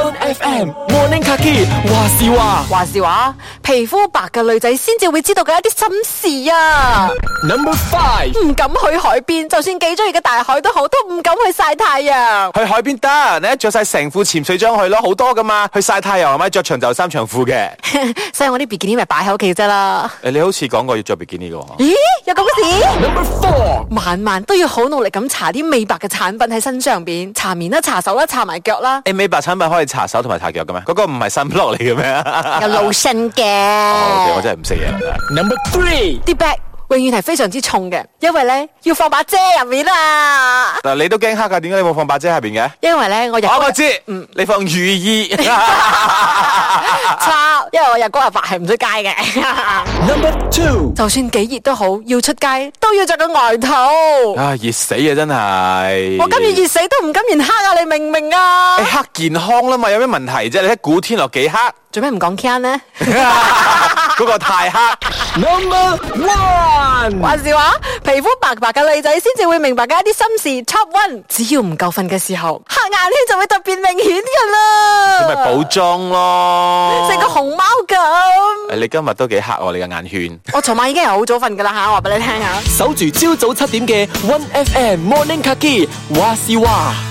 M Morning Kaki 話事話話時話，皮膚白嘅女仔先至會知道嘅一啲心事啊！ Number Five 唔敢去海邊，就算幾中意嘅大海都好，都唔敢去曬太陽。去海邊得，你一着晒成副潛水裝去咯，好多噶嘛。去晒太陽係咪着長袖衫長褲嘅？ 所以我啲 bikini 咪擺喺屋企啫啦。 誒你好似講過要着比基尼嘅喎。咦，有咁嘅事？ ，Number Four 晚晚都要好努力咁搽啲美白嘅產品喺身上邊，搽面啦、搽手啦、搽埋腳啦，誒美白產品可以搽手同埋搽腳嘅 咩？嗰、個唔係新 blog 嚟嘅 咩？有露身嘅。哦我真係唔識嘢啦。 ，Number Three 啲 bag 永遠係非常之重嘅，因為咧要放把遮入面啊。嗱，你都驚黑㗎？點解你冇放把遮下邊 嘅？因為咧我日我光我知，你放雨衣。差，因為我日光日白係唔出街嘅。 ，Number Two，就算幾熱都好，要出街都要着個外套。 啊，熱死啊！真係。我今日熱死都唔敢染黑啊！你明唔明啊？誒黑健康啦嘛，有咩問題啫？你睇古天樂 幾黑，做咩唔講 Can 呢？嗯嗰個太黑。 ，Number One，話是話，皮膚白白嘅女仔先至會明白嘅一啲心事。Top one，只要唔夠瞓嘅時候，黑眼圈就會特別明顯噶啦。你咪補妝咯。成個熊貓咁。誒你今日都幾黑喎，你嘅眼圈。我尋晚已經係好早瞓噶啦吓，我話俾你聽啊。守住朝早七點嘅 One FM Morning Kaki 話事話。